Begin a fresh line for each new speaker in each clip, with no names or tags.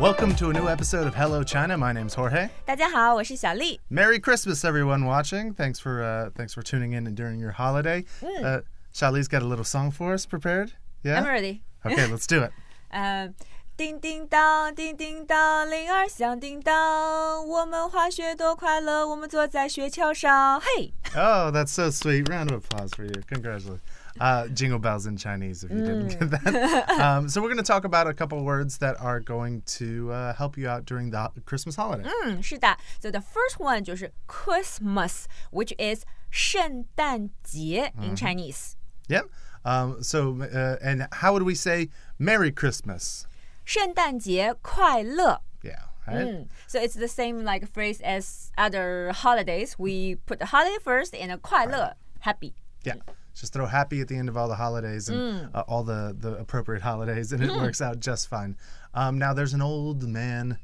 Welcome to a new episode of Hello China. My name's Jorge.
大家好，我是小丽。
Merry Christmas, everyone watching. Thanks for uh, thanks for tuning in and during your holiday. Uh, Shali's got a little song for us prepared.
I'm
Yeah.
ready。
Okay, let's do it.
呃，叮叮当，叮叮当，铃儿响叮当，我们滑雪多快乐，我们坐在雪橇上。嘿，
Oh, that's so sweet. Round of applause for you. Congratulations. Uh, jingle bells in Chinese, if you didn't get that. Um, so, we're going to talk about a couple words that are going to uh, help you out during the ho- Christmas holiday.
嗯，是的。So the first one 就是 Christmas，which is 圣诞节
嗯
in Chinese。
Yep. Um, so, uh, and how would we say Merry Christmas?
圣诞节快乐。
Yeah. Right?
Mm. So it's the same like phrase as other holidays. We put the holiday first and a 快乐 happy.
Yeah. Just throw happy at the end of all the holidays and uh, all the, the appropriate holidays, and it works out just fine. Um, now, there's an old man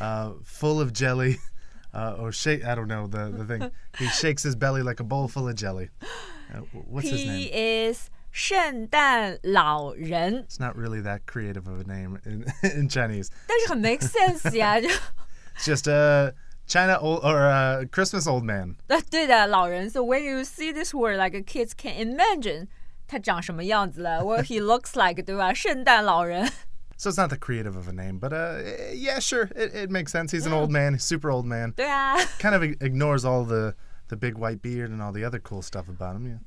uh, full of jelly, uh, or shake, I don't know the, the thing. He shakes his belly like a bowl full of jelly. Uh, wh- what's his name?
He is 圣诞老人，
It's not really that creative of a name in, in Chinese.
但是很 make sense 呀、 就
It's just a China old or a Christmas old man.
呃对的老人。So when you see this word, like kids can imagine 他长什么样子了，what he looks like，对吧？圣诞老人。
So it's not the creative of a name, but uh, eh, yeah, sure, it, it makes sense. He's an old man, super old man.
对啊，
kind of ig- ignores all the the big white beard and all the other cool stuff about him. Yeah,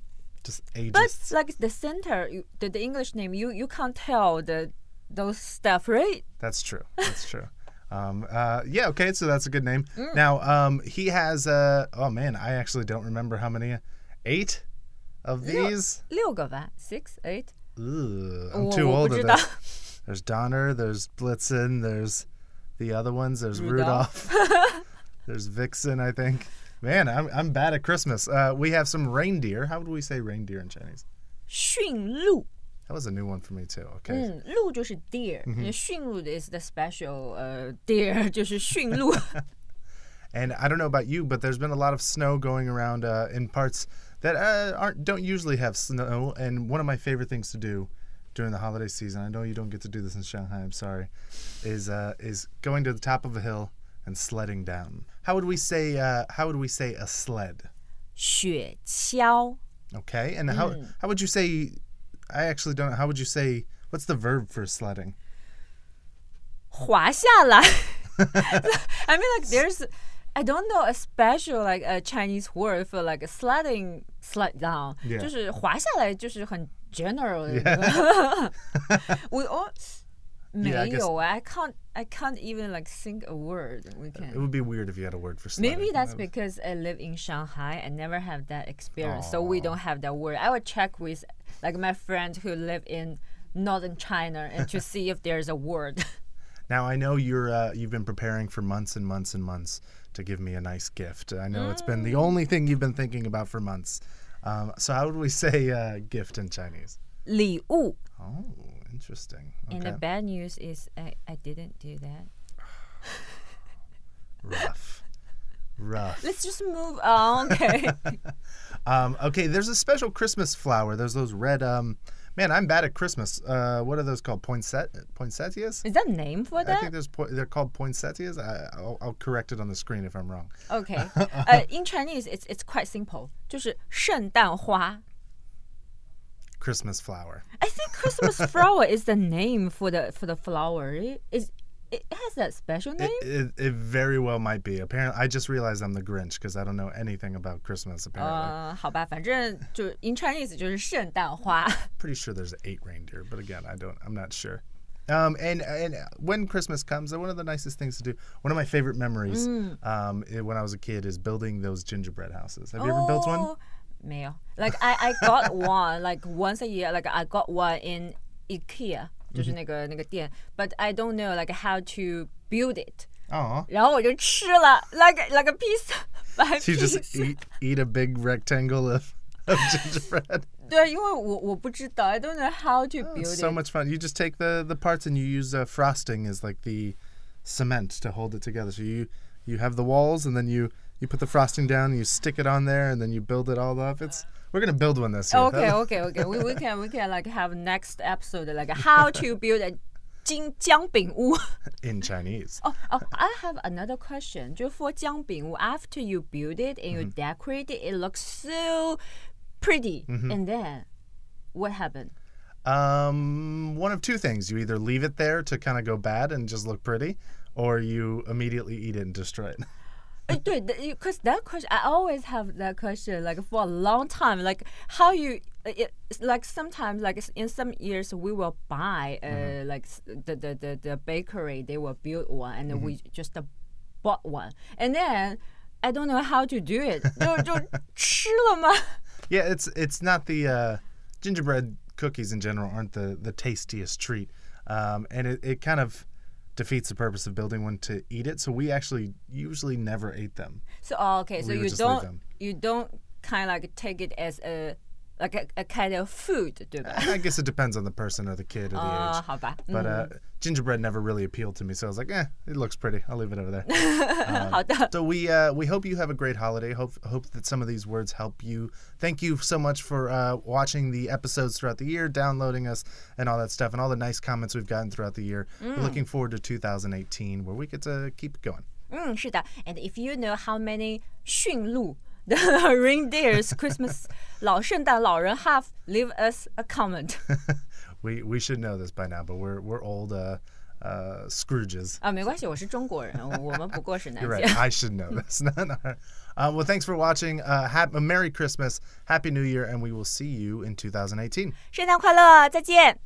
just ages.
but like the center, you, the, the English name, you you can't tell the those stuff, right?
That's true. That's true. Um, uh, yeah. Okay. So that's a good name.
Mm.
Now um, he has. Uh, oh man, I actually don't remember how many. Eight of these.
六个吧，six, eight.
Ooh, I'm
Oh,
too
what
old
you
for
done?
this. There's Donner. There's Blitzen. There's the other ones. There's Rudolph.
Rudolph.
there's Vixen. I think. Man, I'm, I'm bad at Christmas. Uh, we have some reindeer. How would we say reindeer in Chinese?
驯鹿。
That was a new one for me too. Okay.
嗯，鹿就是 deer，那驯鹿的 is the special 呃、deer，就是驯鹿。
And I don't know about you, but there's been a lot of snow going around uh, in parts that uh, aren't don't usually have snow. And one of my favorite things to do during the holiday season, I know you don't get to do this in Shanghai. I'm sorry, is uh, is going to the top of a hill and sledding down. How would we say? Uh, how would we say a sled?
雪橇
Okay, and how how would you say? I actually don't. know. How would you say? What's the verb for sledding?
滑下来。I mean like there's I don't know a special like a Chinese word for like a sledding slide down，、
Yeah.
就是滑下来就是很 general 的。We all 没
Yeah, I guess-
有啊 I can't I can't even like think a word we
It
can.
would be weird if you had a word for sledding.
Maybe that's
Uh,
because I live in Shanghai. I never have that experience, so we don't have that word. I would check with like my friend who live in northern China and to see if there's a word.
Now I know you're uh, you've been preparing for months and months and months to give me a nice gift. I know it's been
Mm.
the only thing you've been thinking about for months. Um, so how would we say uh, gift in Chinese?
礼物。
Oh, interesting.
And
Okay,
the bad news is I, I didn't do that.
rough, rough.
Let's just move on. Okay.
Um, okay, there's a special Christmas flower. There's those red. Um, man, I'm bad at Christmas. Uh, what are those called? Poinset poinsettias?
is that name for
I think
that?
there's po- they're called poinsettias. I, I'll, I'll correct it on the screen if I'm wrong.
Okay. Uh, in Chinese, it's it's quite simple. 就是圣诞花.
Christmas flower.
I think Christmas flower is the name for the for the flower. right? Is it has that special name?
It, it very well might be. Apparently, I just realized I'm the Grinch because I don't know anything about Christmas. Apparently,
嗯，Uh, 好吧，反正就是 in Chinese 就是圣诞花。
pretty sure there's eight reindeer, but again, I don't. I'm not sure. Um, and and when Christmas comes, uh, one of the nicest things to do. One of my favorite memories, um, i- when I was a kid, is building those gingerbread houses. Have you ever built one?
Oh, 没有，like I I got one like once a year like I got one in IKEA，就是那个、那个店，but I don't know like how to build it，
Oh,
然后我就吃了 like like a piece by
you
piece，
just eat eat a big rectangle of, of gingerbread.
对，因为我我不知道，I don't know how to build
It's
it，
so much fun. You just take the the parts and you use uh, frosting as like the cement to hold it together. So you you have the walls and then you you put the frosting down and you stick it on there and then you build it all up. It's we're gonna build one this year.
Okay, okay, okay. We, we can we can like have next episode like how to build a 金姜饼屋。
in Chinese.
Oh, oh, I have another question. Just for 姜饼屋, after you build it and you decorate it, it looks so pretty. And then what happened?
Um, one of two things: you either leave it there to kind of go bad and just look pretty, or you immediately eat it and destroy it.
Eh, Because that question, I always have that question like for a long time. Like how you, uh, it, it's like sometimes like s- in some years we will buy uh, like s- the, the the the bakery they will build one and then we just uh, bought one and then I don't know how to do it. 就-就吃了吗？
Yeah, it's it's not the uh, gingerbread cookies in general aren't the the tastiest treat, um, and it, it kind of defeats the purpose of building one to eat it. So we actually usually never ate them.
So oh, okay, so
We would
you
just leave
don't
them.
you don't kind of like take it as a like a, a kind of food, 对吧？
I guess it depends on the person or the kid or the age.
啊、uh,，好吧，
But uh, gingerbread never really appealed to me, so I was like, eh, it looks pretty. I'll leave it over there. So we uh, we hope you have a great holiday. Hope hope that some of these words help you. Thank you so much for uh, watching the episodes throughout the year, downloading us, and all that stuff, and all the nice comments we've gotten throughout the year. We're looking forward to 2018, where we get to keep going.
嗯，是的。And if you know how many 驯鹿 the reindeers Christmas 老圣诞老人 have, leave us a comment.
We we should know this by now, but we're we're old uh, uh, Scrooges.
啊，没关系，我是中国人，我们不过是南
You're right. I should know this. No, no. Uh, well, thanks for watching. Uh, hap- Merry Christmas, Happy New Year, and we will see you in 2018.
圣诞快乐，再见。